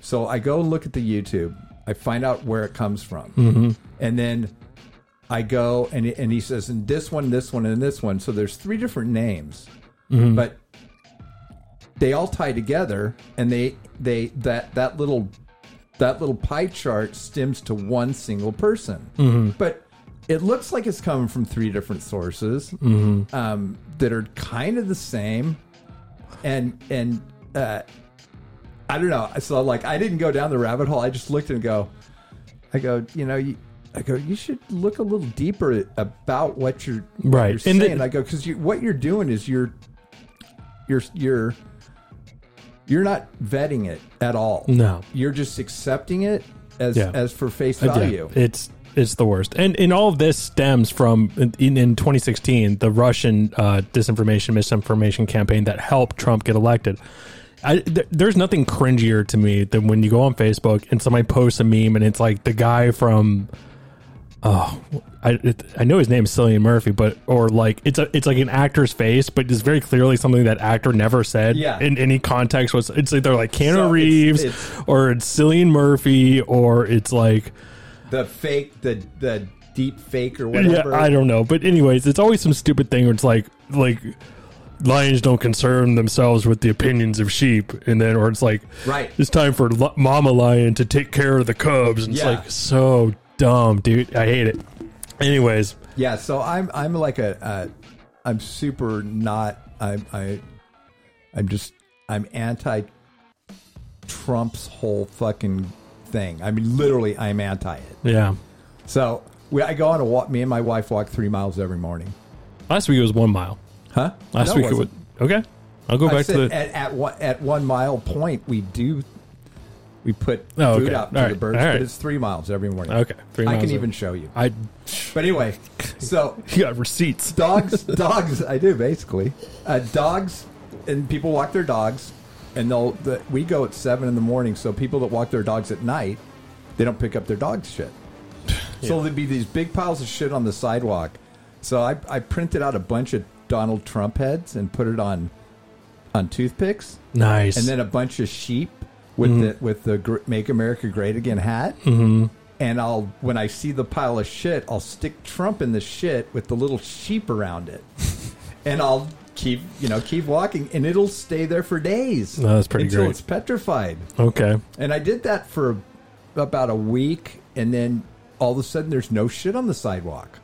Speaker 2: So I go and look at the YouTube. I find out where it comes from, and then I go and and he says, "And this one, this one, and this one." So there's three different names,
Speaker 1: Mm-hmm.
Speaker 2: but they all tie together, and they they that that little that little pie chart stems to one single person,
Speaker 1: Mm-hmm.
Speaker 2: but. It looks like it's coming from three different sources
Speaker 1: Mm-hmm.
Speaker 2: um, that are kind of the same, and and uh, I don't know. So like, I didn't go down the rabbit hole. I just looked and go, I go, you know, you, I go, you should look a little deeper about what you're what
Speaker 1: Right.
Speaker 2: You're
Speaker 1: And
Speaker 2: saying.
Speaker 1: the-
Speaker 2: I go because you, what you're doing is you're you're you're You're not vetting it at all.
Speaker 1: No.
Speaker 2: You're just accepting it as
Speaker 1: Yeah.
Speaker 2: as for face
Speaker 1: Yeah,
Speaker 2: value.
Speaker 1: it's it's the worst. And and all of this stems from in, in 2016 the Russian uh, disinformation misinformation campaign that helped Trump get elected. I, th- there's nothing cringier to me than when you go on Facebook and somebody posts a meme and it's like the guy from oh, I it, I know his name is Cillian Murphy, but or like it's a it's like an actor's face, but it's very clearly something that actor never said
Speaker 2: Yeah.
Speaker 1: in any context. Was it's either like Keanu
Speaker 2: So it's-
Speaker 1: Reeves
Speaker 2: it's-
Speaker 1: or it's Cillian Murphy or it's like
Speaker 2: The fake, the the deep fake or
Speaker 1: yeah,
Speaker 2: whatever.
Speaker 1: I don't know. But anyways, it's always some stupid thing where it's like like lions don't concern themselves with the opinions of sheep, and then or it's like
Speaker 2: Right.
Speaker 1: it's time for lo- mama lion to take care of the cubs, and
Speaker 2: Yeah.
Speaker 1: it's like so dumb, dude. I hate it. Anyways,
Speaker 2: Yeah, so I'm I'm like a uh, I'm super not I'm I I'm just I'm anti Trump's whole fucking thing. I mean literally I'm anti it.
Speaker 1: yeah.
Speaker 2: So we, I go on a walk me and my wife walk three miles every morning.
Speaker 1: Last week it was one mile.
Speaker 2: Huh?
Speaker 1: Last
Speaker 2: No,
Speaker 1: week it was
Speaker 2: wasn't.
Speaker 1: okay. I'll go
Speaker 2: I
Speaker 1: back
Speaker 2: said
Speaker 1: to the.
Speaker 2: at, at one at one mile point we do we put
Speaker 1: Oh,
Speaker 2: food
Speaker 1: okay.
Speaker 2: out to
Speaker 1: All
Speaker 2: the
Speaker 1: right.
Speaker 2: birds,
Speaker 1: All
Speaker 2: but
Speaker 1: right.
Speaker 2: it's three miles every morning.
Speaker 1: Okay, three
Speaker 2: I
Speaker 1: miles
Speaker 2: can
Speaker 1: in.
Speaker 2: even show you.
Speaker 1: I
Speaker 2: But anyway, so
Speaker 1: you got receipts.
Speaker 2: dogs dogs i do basically uh, dogs and people walk their dogs and they'll the, we go at seven in the morning so people that walk their dogs at night they don't pick up their dog's shit so there'd be these big piles of shit on the sidewalk so I, I printed out a bunch of donald trump heads and put it on on toothpicks
Speaker 1: Nice.
Speaker 2: and then a bunch of sheep with
Speaker 1: Mm-hmm.
Speaker 2: the with the gr- make america great again hat and I'll when I see the pile of shit, I'll stick Trump in the shit with the little sheep around it, and I'll keep you know keep walking, and it'll stay there for days.
Speaker 1: No, Oh, that's pretty
Speaker 2: until
Speaker 1: great.
Speaker 2: it's petrified.
Speaker 1: okay.
Speaker 2: And I did that for about a week, and then all of a sudden, there's no shit on the sidewalk.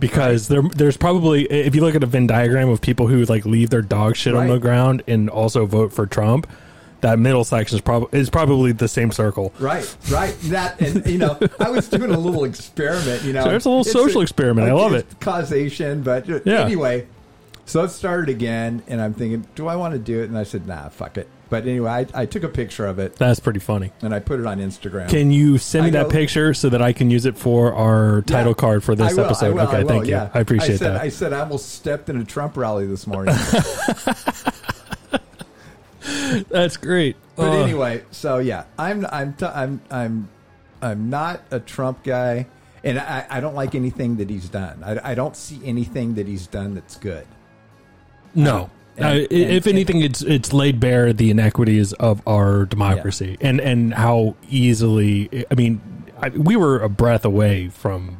Speaker 1: because there there's probably if you look at a Venn diagram of people who like leave their dog shit on
Speaker 2: Right.
Speaker 1: the ground and also vote for Trump, that middle section is probably is probably the same circle.
Speaker 2: Right, right. That and you know, I was doing a little experiment. You know,
Speaker 1: Sure, it's a little social experiment. I love
Speaker 2: it's
Speaker 1: it.
Speaker 2: Causation, but uh,
Speaker 1: Yeah.
Speaker 2: anyway. So it started again, and I'm thinking, do I want to do it? And I said, nah, fuck it. But anyway, I, I took a picture of it
Speaker 1: That's pretty funny.
Speaker 2: and I put it on Instagram.
Speaker 1: Can you send me that
Speaker 2: I know-
Speaker 1: picture so that I can use it for our
Speaker 2: Yeah.
Speaker 1: title card for this
Speaker 2: I will, I
Speaker 1: episode?
Speaker 2: will,
Speaker 1: okay,
Speaker 2: I will,
Speaker 1: thank you.
Speaker 2: yeah.
Speaker 1: I appreciate
Speaker 2: said-
Speaker 1: that.
Speaker 2: I said I almost stepped in a Trump rally this morning.
Speaker 1: That's great.
Speaker 2: But
Speaker 1: Uh,
Speaker 2: anyway, so yeah, I'm I'm t- I'm I'm I'm not a Trump guy, and I, I don't like anything that he's done. I, I don't see anything that he's done that's good.
Speaker 1: No.
Speaker 2: And-
Speaker 1: Uh, i
Speaker 2: and-
Speaker 1: if
Speaker 2: and-
Speaker 1: anything, it's it's laid bare the inequities of our democracy and and how easily. I mean, I, we were a breath away from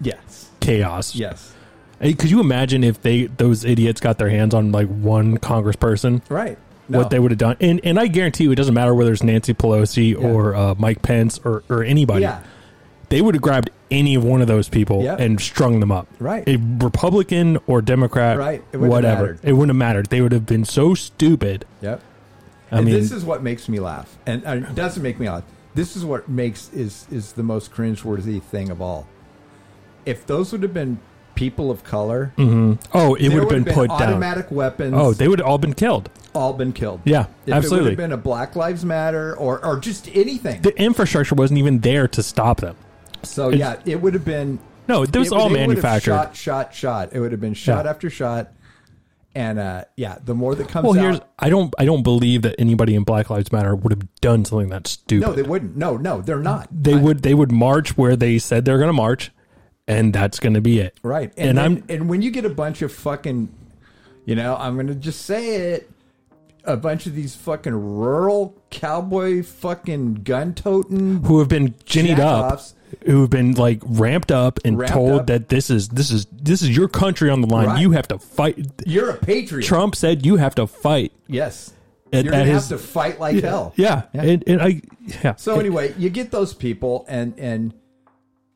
Speaker 2: Yes,
Speaker 1: chaos.
Speaker 2: yes,
Speaker 1: Hey, could you imagine if they those idiots got their hands on like one congressperson?
Speaker 2: right.
Speaker 1: What they would have done, and and I guarantee you, it doesn't matter whether it's Nancy Pelosi or uh, Mike Pence or or anybody.
Speaker 2: yeah,
Speaker 1: They would have grabbed any one of those people
Speaker 2: Yep.
Speaker 1: and strung them up.
Speaker 2: Right.
Speaker 1: a Republican or Democrat,
Speaker 2: Right. It wouldn't have
Speaker 1: whatever.
Speaker 2: mattered.
Speaker 1: It wouldn't have mattered. They would have been so stupid.
Speaker 2: yep.
Speaker 1: I
Speaker 2: and
Speaker 1: mean,
Speaker 2: this is what makes me laugh, and uh, it doesn't make me laugh. This is what makes is is the most cringeworthy thing of all. If those would have been people of color,
Speaker 1: oh, it
Speaker 2: there
Speaker 1: would have been, put down.
Speaker 2: automatic weapons.
Speaker 1: Oh, they would have all been killed.
Speaker 2: all been killed.
Speaker 1: Yeah,
Speaker 2: if It would
Speaker 1: absolutely.
Speaker 2: have been a Black Lives Matter or or just anything.
Speaker 1: The infrastructure wasn't even there to stop them.
Speaker 2: so yeah, it would have been.
Speaker 1: No, it was
Speaker 2: it-
Speaker 1: all
Speaker 2: they would have
Speaker 1: manufactured.
Speaker 2: Shot, shot, shot. It would have been shot
Speaker 1: Yeah.
Speaker 2: after shot. And uh, yeah, the more that comes
Speaker 1: Well,
Speaker 2: out,
Speaker 1: here's I don't I don't believe that anybody in Black Lives Matter would have done something that stupid.
Speaker 2: no, they wouldn't. No, no, they're not.
Speaker 1: they would they would march where they said they're going to march, and that's going to be it.
Speaker 2: Right.
Speaker 1: And,
Speaker 2: then-
Speaker 1: I'm
Speaker 2: and when you get a bunch of fucking, you know, I'm gonna just say it. A bunch of these fucking rural cowboy fucking gun toting.
Speaker 1: who have been ginnied up,
Speaker 2: Jackoffs.
Speaker 1: who have been like ramped up and
Speaker 2: Ramped
Speaker 1: told
Speaker 2: up.
Speaker 1: that this is this is this is your country on the line.
Speaker 2: Right.
Speaker 1: You have to fight.
Speaker 2: You're a patriot.
Speaker 1: Trump said you have to fight.
Speaker 2: Yes.
Speaker 1: At-
Speaker 2: You're gonna
Speaker 1: at
Speaker 2: have
Speaker 1: his-
Speaker 2: to fight like hell.
Speaker 1: Yeah. And, and I yeah.
Speaker 2: So anyway, you get those people, and and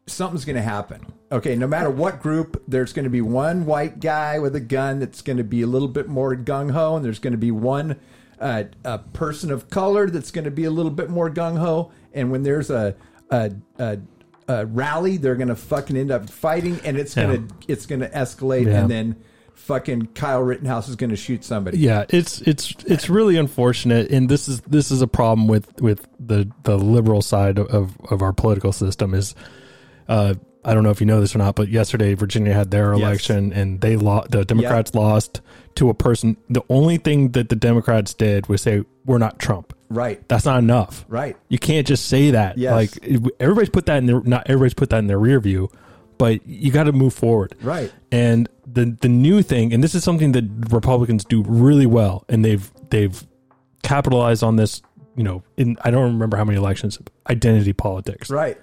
Speaker 2: something's going to happen. Okay, no matter what group, there's going to be one white guy with a gun that's going to be a little bit more gung ho, and there's going to be one uh, a person of color that's going to be a little bit more gung ho. And when there's a a, a a rally, they're going to fucking end up fighting, and it's gonna it's going to escalate,
Speaker 1: Yeah.
Speaker 2: and then fucking Kyle Rittenhouse is going to shoot somebody.
Speaker 1: Yeah, it's it's it's really unfortunate, and this is this is a problem with with the the liberal side of of our political system is. Uh, I don't know if you know this or not, but yesterday Virginia had their
Speaker 2: Yes.
Speaker 1: election, and they lost. The Democrats lost to a person. The only thing that the Democrats did was say, "We're not Trump."
Speaker 2: Right.
Speaker 1: That's not enough.
Speaker 2: Right.
Speaker 1: You can't just say that.
Speaker 2: Yes.
Speaker 1: Like it- everybody's put that in their not everybody's put that in their rear view, but you got to move forward.
Speaker 2: Right.
Speaker 1: And the the new thing, and this is something that Republicans do really well, and they've they've capitalized on this. You know, in I don't remember how many elections, identity politics,
Speaker 2: Right.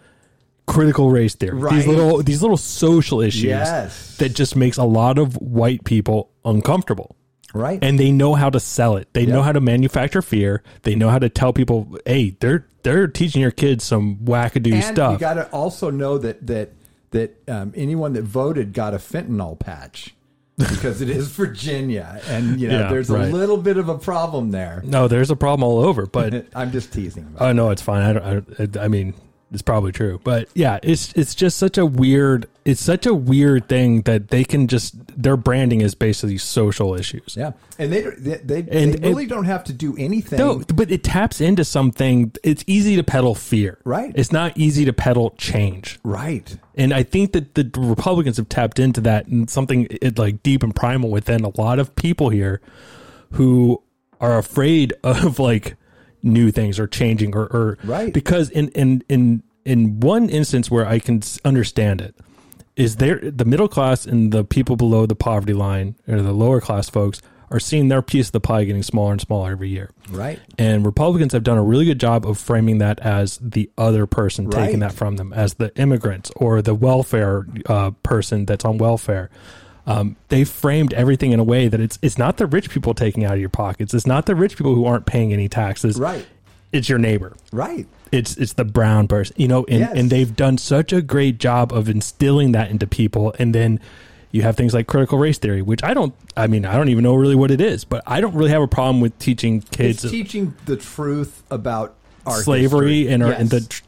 Speaker 1: critical race theory,
Speaker 2: Right.
Speaker 1: these little these little social issues
Speaker 2: Yes.
Speaker 1: that just makes a lot of white people uncomfortable
Speaker 2: Right.
Speaker 1: and they know how to sell it. They know how to manufacture fear. They know how to tell people, "Hey, they're they're teaching your kids some wackadoo
Speaker 2: And
Speaker 1: stuff."
Speaker 2: You got to also know that that that um, anyone that voted got a fentanyl patch because it is Virginia, and you know
Speaker 1: Yeah,
Speaker 2: there's
Speaker 1: right.
Speaker 2: a little bit of a problem there.
Speaker 1: no, there's a problem all over, but
Speaker 2: I'm just teasing. About
Speaker 1: oh no, it's fine. I don't. I, don't- I mean, it's probably true, but yeah, it's it's just such a weird. It's such a weird thing that they can just their branding is basically social issues.
Speaker 2: it. Yeah, and they they, they,
Speaker 1: And
Speaker 2: they really don't have to do anything.
Speaker 1: No, but it taps into something. It's easy to peddle fear,
Speaker 2: Right.
Speaker 1: It's not easy to peddle change.
Speaker 2: Right.
Speaker 1: And I think that the Republicans have tapped into that and something it, like deep and primal within a lot of people here who are afraid of like new things or changing or, or
Speaker 2: Right.
Speaker 1: because in in in in one instance where I can s- understand it is there the middle class and the people below the poverty line or the lower class folks are seeing their piece of the pie getting smaller and smaller every year.
Speaker 2: Right.
Speaker 1: And Republicans have done a really good job of framing that as the other person taking
Speaker 2: Right.
Speaker 1: that from them, as the immigrants or the welfare uh, person that's on welfare. Um, they framed everything in a way that it's it's not the rich people taking out of your pockets. It's not the rich people who aren't paying any taxes.
Speaker 2: Right.
Speaker 1: It's your neighbor.
Speaker 2: Right.
Speaker 1: It's it's the brown person. You know, and,
Speaker 2: Yes.
Speaker 1: and they've done such a great job of instilling that into people. And then you have things like critical race theory, which I don't. I mean, I don't even know really what it is, but I don't really have a problem with teaching
Speaker 2: It's,
Speaker 1: kids
Speaker 2: teaching the truth about our
Speaker 1: slavery
Speaker 2: history.
Speaker 1: and, our, and the
Speaker 2: Yes.
Speaker 1: tr-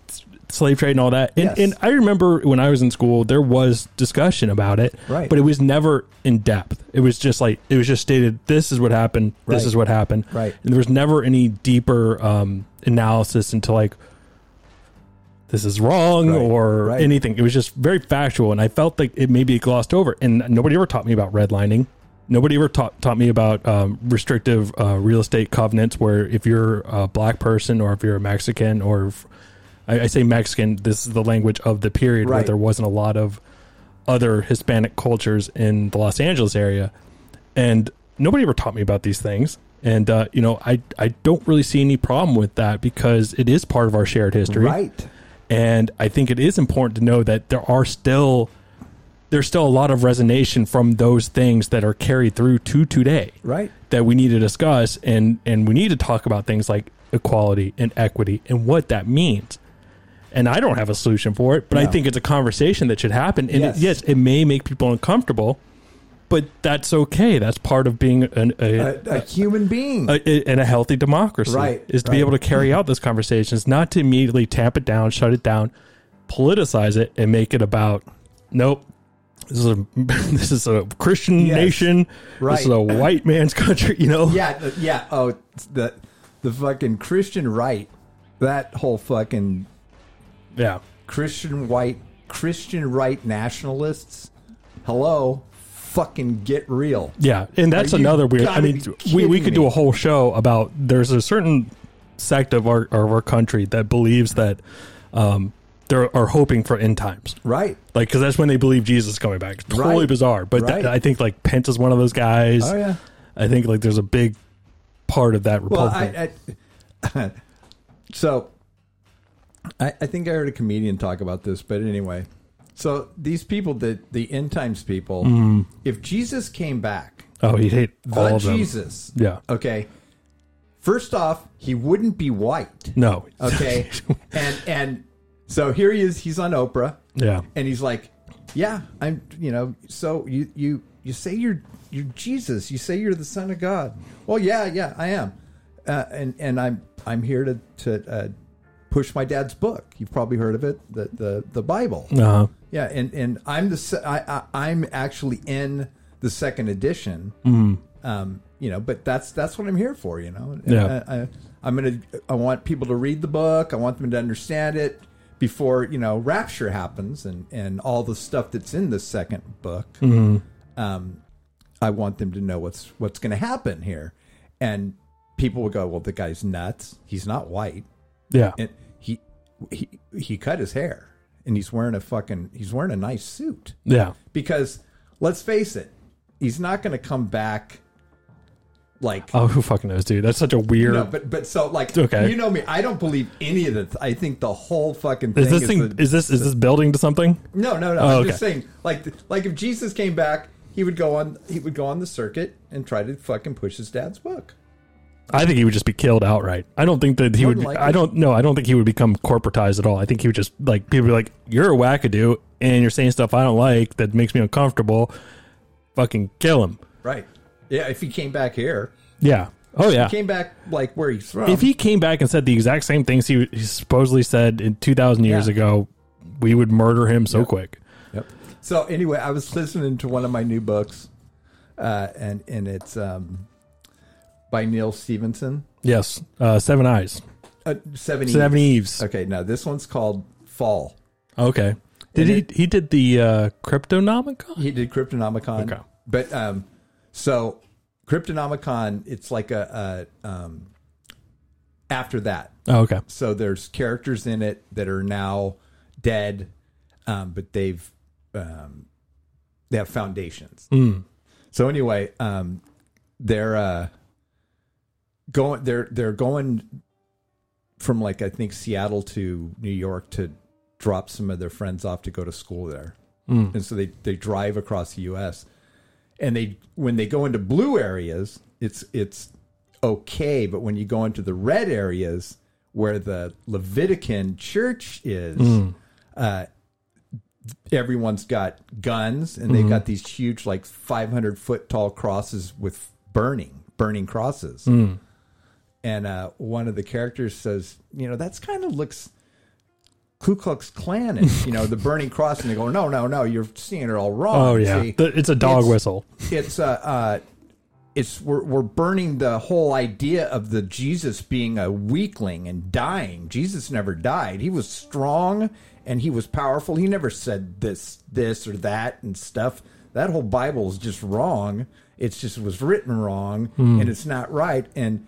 Speaker 1: slave trade and all that. And,
Speaker 2: Yes.
Speaker 1: and I remember when I was in school, there was discussion about it,
Speaker 2: Right.
Speaker 1: but it was never in depth. It was just like it was just stated: this is what happened, this
Speaker 2: Right.
Speaker 1: is what happened,
Speaker 2: Right.
Speaker 1: And there was never any deeper um, analysis into like this is wrong
Speaker 2: Right.
Speaker 1: or
Speaker 2: Right.
Speaker 1: anything. It was just very factual, and I felt like it maybe glossed over. And nobody ever taught me about redlining. Nobody ever taught taught me about um, restrictive uh, real estate covenants, where if you're a black person or if you're a Mexican or if, I, I say Mexican, this is the language of the period where
Speaker 2: Right.
Speaker 1: there wasn't a lot of other Hispanic cultures in the Los Angeles area, and nobody ever taught me about these things. And uh, you know, I I don't really see any problem with that because it is part of our shared history.
Speaker 2: right.
Speaker 1: And I think it is important to know that there are still there's still a lot of resonation from those things that are carried through to today
Speaker 2: Right.
Speaker 1: that we need to discuss and and we need to talk about things like equality and equity and what that means. And I don't have a solution for it, but I
Speaker 2: No.
Speaker 1: think it's a conversation that should happen. And yes,
Speaker 2: Yes.
Speaker 1: it, yes, it may make people uncomfortable, but that's okay. That's part of being an, a,
Speaker 2: A, a human being.
Speaker 1: a- a- uh, in a healthy democracy
Speaker 2: Right,
Speaker 1: is to be
Speaker 2: right.
Speaker 1: able to carry out those conversations, not to immediately tamp it down, shut it down, politicize it, and make it about nope. This is a this is a Christian
Speaker 2: Yes,
Speaker 1: nation.
Speaker 2: right.
Speaker 1: This is a white man's country. You know,
Speaker 2: yeah, the- yeah. Oh, it's the the fucking Christian right, that whole fucking
Speaker 1: yeah.
Speaker 2: Christian white Christian right nationalists. Hello, fucking get real.
Speaker 1: Yeah, and that's
Speaker 2: Are you
Speaker 1: another weird. I
Speaker 2: gotta
Speaker 1: mean,
Speaker 2: be
Speaker 1: we, we
Speaker 2: kidding
Speaker 1: could do
Speaker 2: me.
Speaker 1: a whole show about. There's a certain sect of our of our country that believes that um, they are hoping for end times,
Speaker 2: Right.
Speaker 1: like because that's when they believe Jesus is coming back. Totally
Speaker 2: Right.
Speaker 1: bizarre, but that-
Speaker 2: Right.
Speaker 1: I think like Pence is one of those guys.
Speaker 2: Oh yeah.
Speaker 1: I think like there's a big part of that
Speaker 2: Well,
Speaker 1: Republican.
Speaker 2: I, I so I, I think I heard a comedian talk about this, but anyway, so these people that the end times people, if Jesus came back,
Speaker 1: oh, he'd hate all
Speaker 2: the
Speaker 1: of them.
Speaker 2: Jesus,
Speaker 1: Yeah,
Speaker 2: okay. First off, he wouldn't be white.
Speaker 1: no.
Speaker 2: Okay. and and so here he is, he's on Oprah
Speaker 1: yeah,
Speaker 2: and he's like, "Yeah, I'm, you know, so you you you say you're you're Jesus, you say you're the son of God. Well, yeah, yeah, I am. Uh, and and I'm I'm here to to uh, push my dad's book. You've probably heard of it, the the the Bible.
Speaker 1: uh,
Speaker 2: Yeah, and and I'm the se- I, I I'm actually in the second edition. Um, you know, but that's that's what I'm here for. You know,
Speaker 1: Yeah.
Speaker 2: I, I, I'm gonna. I want people to read the book. I want them to understand it before you know rapture happens and and all the stuff that's in the second book. Um, I want them to know what's what's going to happen here, and people will go, "Well, the guy's nuts. He's not white."
Speaker 1: Yeah.
Speaker 2: and he he he cut his hair and he's wearing a fucking he's wearing a nice suit
Speaker 1: Yeah.
Speaker 2: because let's face it he's not going to come back like
Speaker 1: Oh, who fucking knows, dude? That's such a weird.
Speaker 2: no, but but so like
Speaker 1: Uh, Okay.
Speaker 2: you know me I don't believe any of this I think the whole fucking thing
Speaker 1: is this thing?
Speaker 2: the-
Speaker 1: is this is this building to something?
Speaker 2: no no no
Speaker 1: Oh,
Speaker 2: I'm
Speaker 1: okay.
Speaker 2: just saying like like if Jesus came back he would go on he would go on the circuit and try to fucking push his dad's book
Speaker 1: I think he would just be killed outright. I don't think that he
Speaker 2: More
Speaker 1: would.
Speaker 2: than likely.
Speaker 1: I don't know. I don't think he would become corporatized at all. I think he would just like people would be like, "You're a wackadoo, and you're saying stuff I don't like that makes me uncomfortable." Fucking kill him.
Speaker 2: right yeah if he came back here
Speaker 1: Yeah. Oh yeah.
Speaker 2: came back like where he's from
Speaker 1: If he came back and said the exact same things he, he supposedly said in two thousand years
Speaker 2: Yeah.
Speaker 1: ago, we would murder him so quick.
Speaker 2: Yep. So anyway, I was listening to one of my new books, uh, and and it's um, by Neil Stevenson.
Speaker 1: Yes. Uh, seven eyes.
Speaker 2: Uh, Seven.
Speaker 1: Seven
Speaker 2: Eves.
Speaker 1: Eves.
Speaker 2: Okay, now this one's called Fall.
Speaker 1: Okay. Did
Speaker 2: And
Speaker 1: he? He did the uh, Cryptonomicon.
Speaker 2: He did Cryptonomicon.
Speaker 1: Okay.
Speaker 2: But um, so Cryptonomicon, it's like a, a um, after that.
Speaker 1: Oh, okay.
Speaker 2: So there's characters in it that are now dead, um, but they've um, they have foundations. So anyway, um, they're uh, going they're they're going from like I think Seattle to New York to drop some of their friends off to go to school there, and so they they drive across the U.S. and they when they go into blue areas, it's it's okay, but when you go into the red areas where the Levitican church is,
Speaker 1: Hmm.
Speaker 2: uh, everyone's got guns and
Speaker 1: Mm-hmm.
Speaker 2: they've got these huge, like 500 foot tall crosses with burning, burning crosses.
Speaker 1: Hmm.
Speaker 2: And uh, one of the characters says, you know, that's kind of looks. Ku Klux Klan, you know, the burning cross, and they go, no, no, no, you're seeing it all wrong.
Speaker 1: Oh yeah.
Speaker 2: See?
Speaker 1: The- it's a dog
Speaker 2: It's-
Speaker 1: whistle.
Speaker 2: it's uh, uh it's we're, we're burning the whole idea of the jesus being a weakling and dying jesus never died he was strong and he was powerful he never said this this or that and stuff that whole bible is just wrong it's just it was written wrong and it's not right and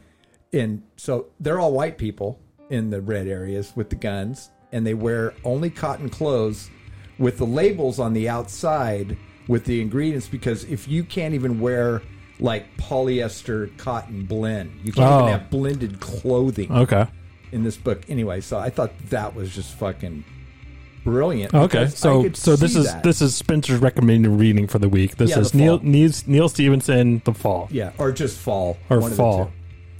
Speaker 2: and so they're all white people in the red areas with the guns and they wear only cotton clothes with the labels on the outside with the ingredients because if you can't even wear like polyester cotton blend, you can't
Speaker 1: Oh.
Speaker 2: even have blended clothing
Speaker 1: Okay.
Speaker 2: in this book anyway. So I thought that was just fucking brilliant.
Speaker 1: Okay,
Speaker 2: because I
Speaker 1: so
Speaker 2: could
Speaker 1: so this
Speaker 2: see
Speaker 1: is
Speaker 2: that.
Speaker 1: this is Spencer's recommended reading for the week. This
Speaker 2: Yeah, The
Speaker 1: is Neil,
Speaker 2: Fall.
Speaker 1: Neil Neil Stevenson, The Fall.
Speaker 2: yeah, or just fall
Speaker 1: Or
Speaker 2: one of the
Speaker 1: Fall.
Speaker 2: two.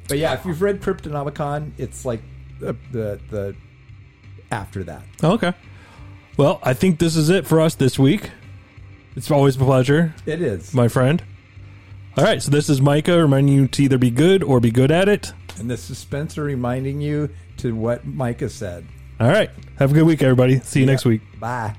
Speaker 2: But yeah, if you've read Cryptonomicon, it's like the the, the after that.
Speaker 1: Okay. Well, I think this is it for us this week. It's always a pleasure,
Speaker 2: It is,
Speaker 1: my friend. All right, so this is Micah reminding you to either be good or be good at it.
Speaker 2: and this is Spencer reminding you to what Micah said.
Speaker 1: All right, have a good week, everybody. See you next week.
Speaker 2: Bye.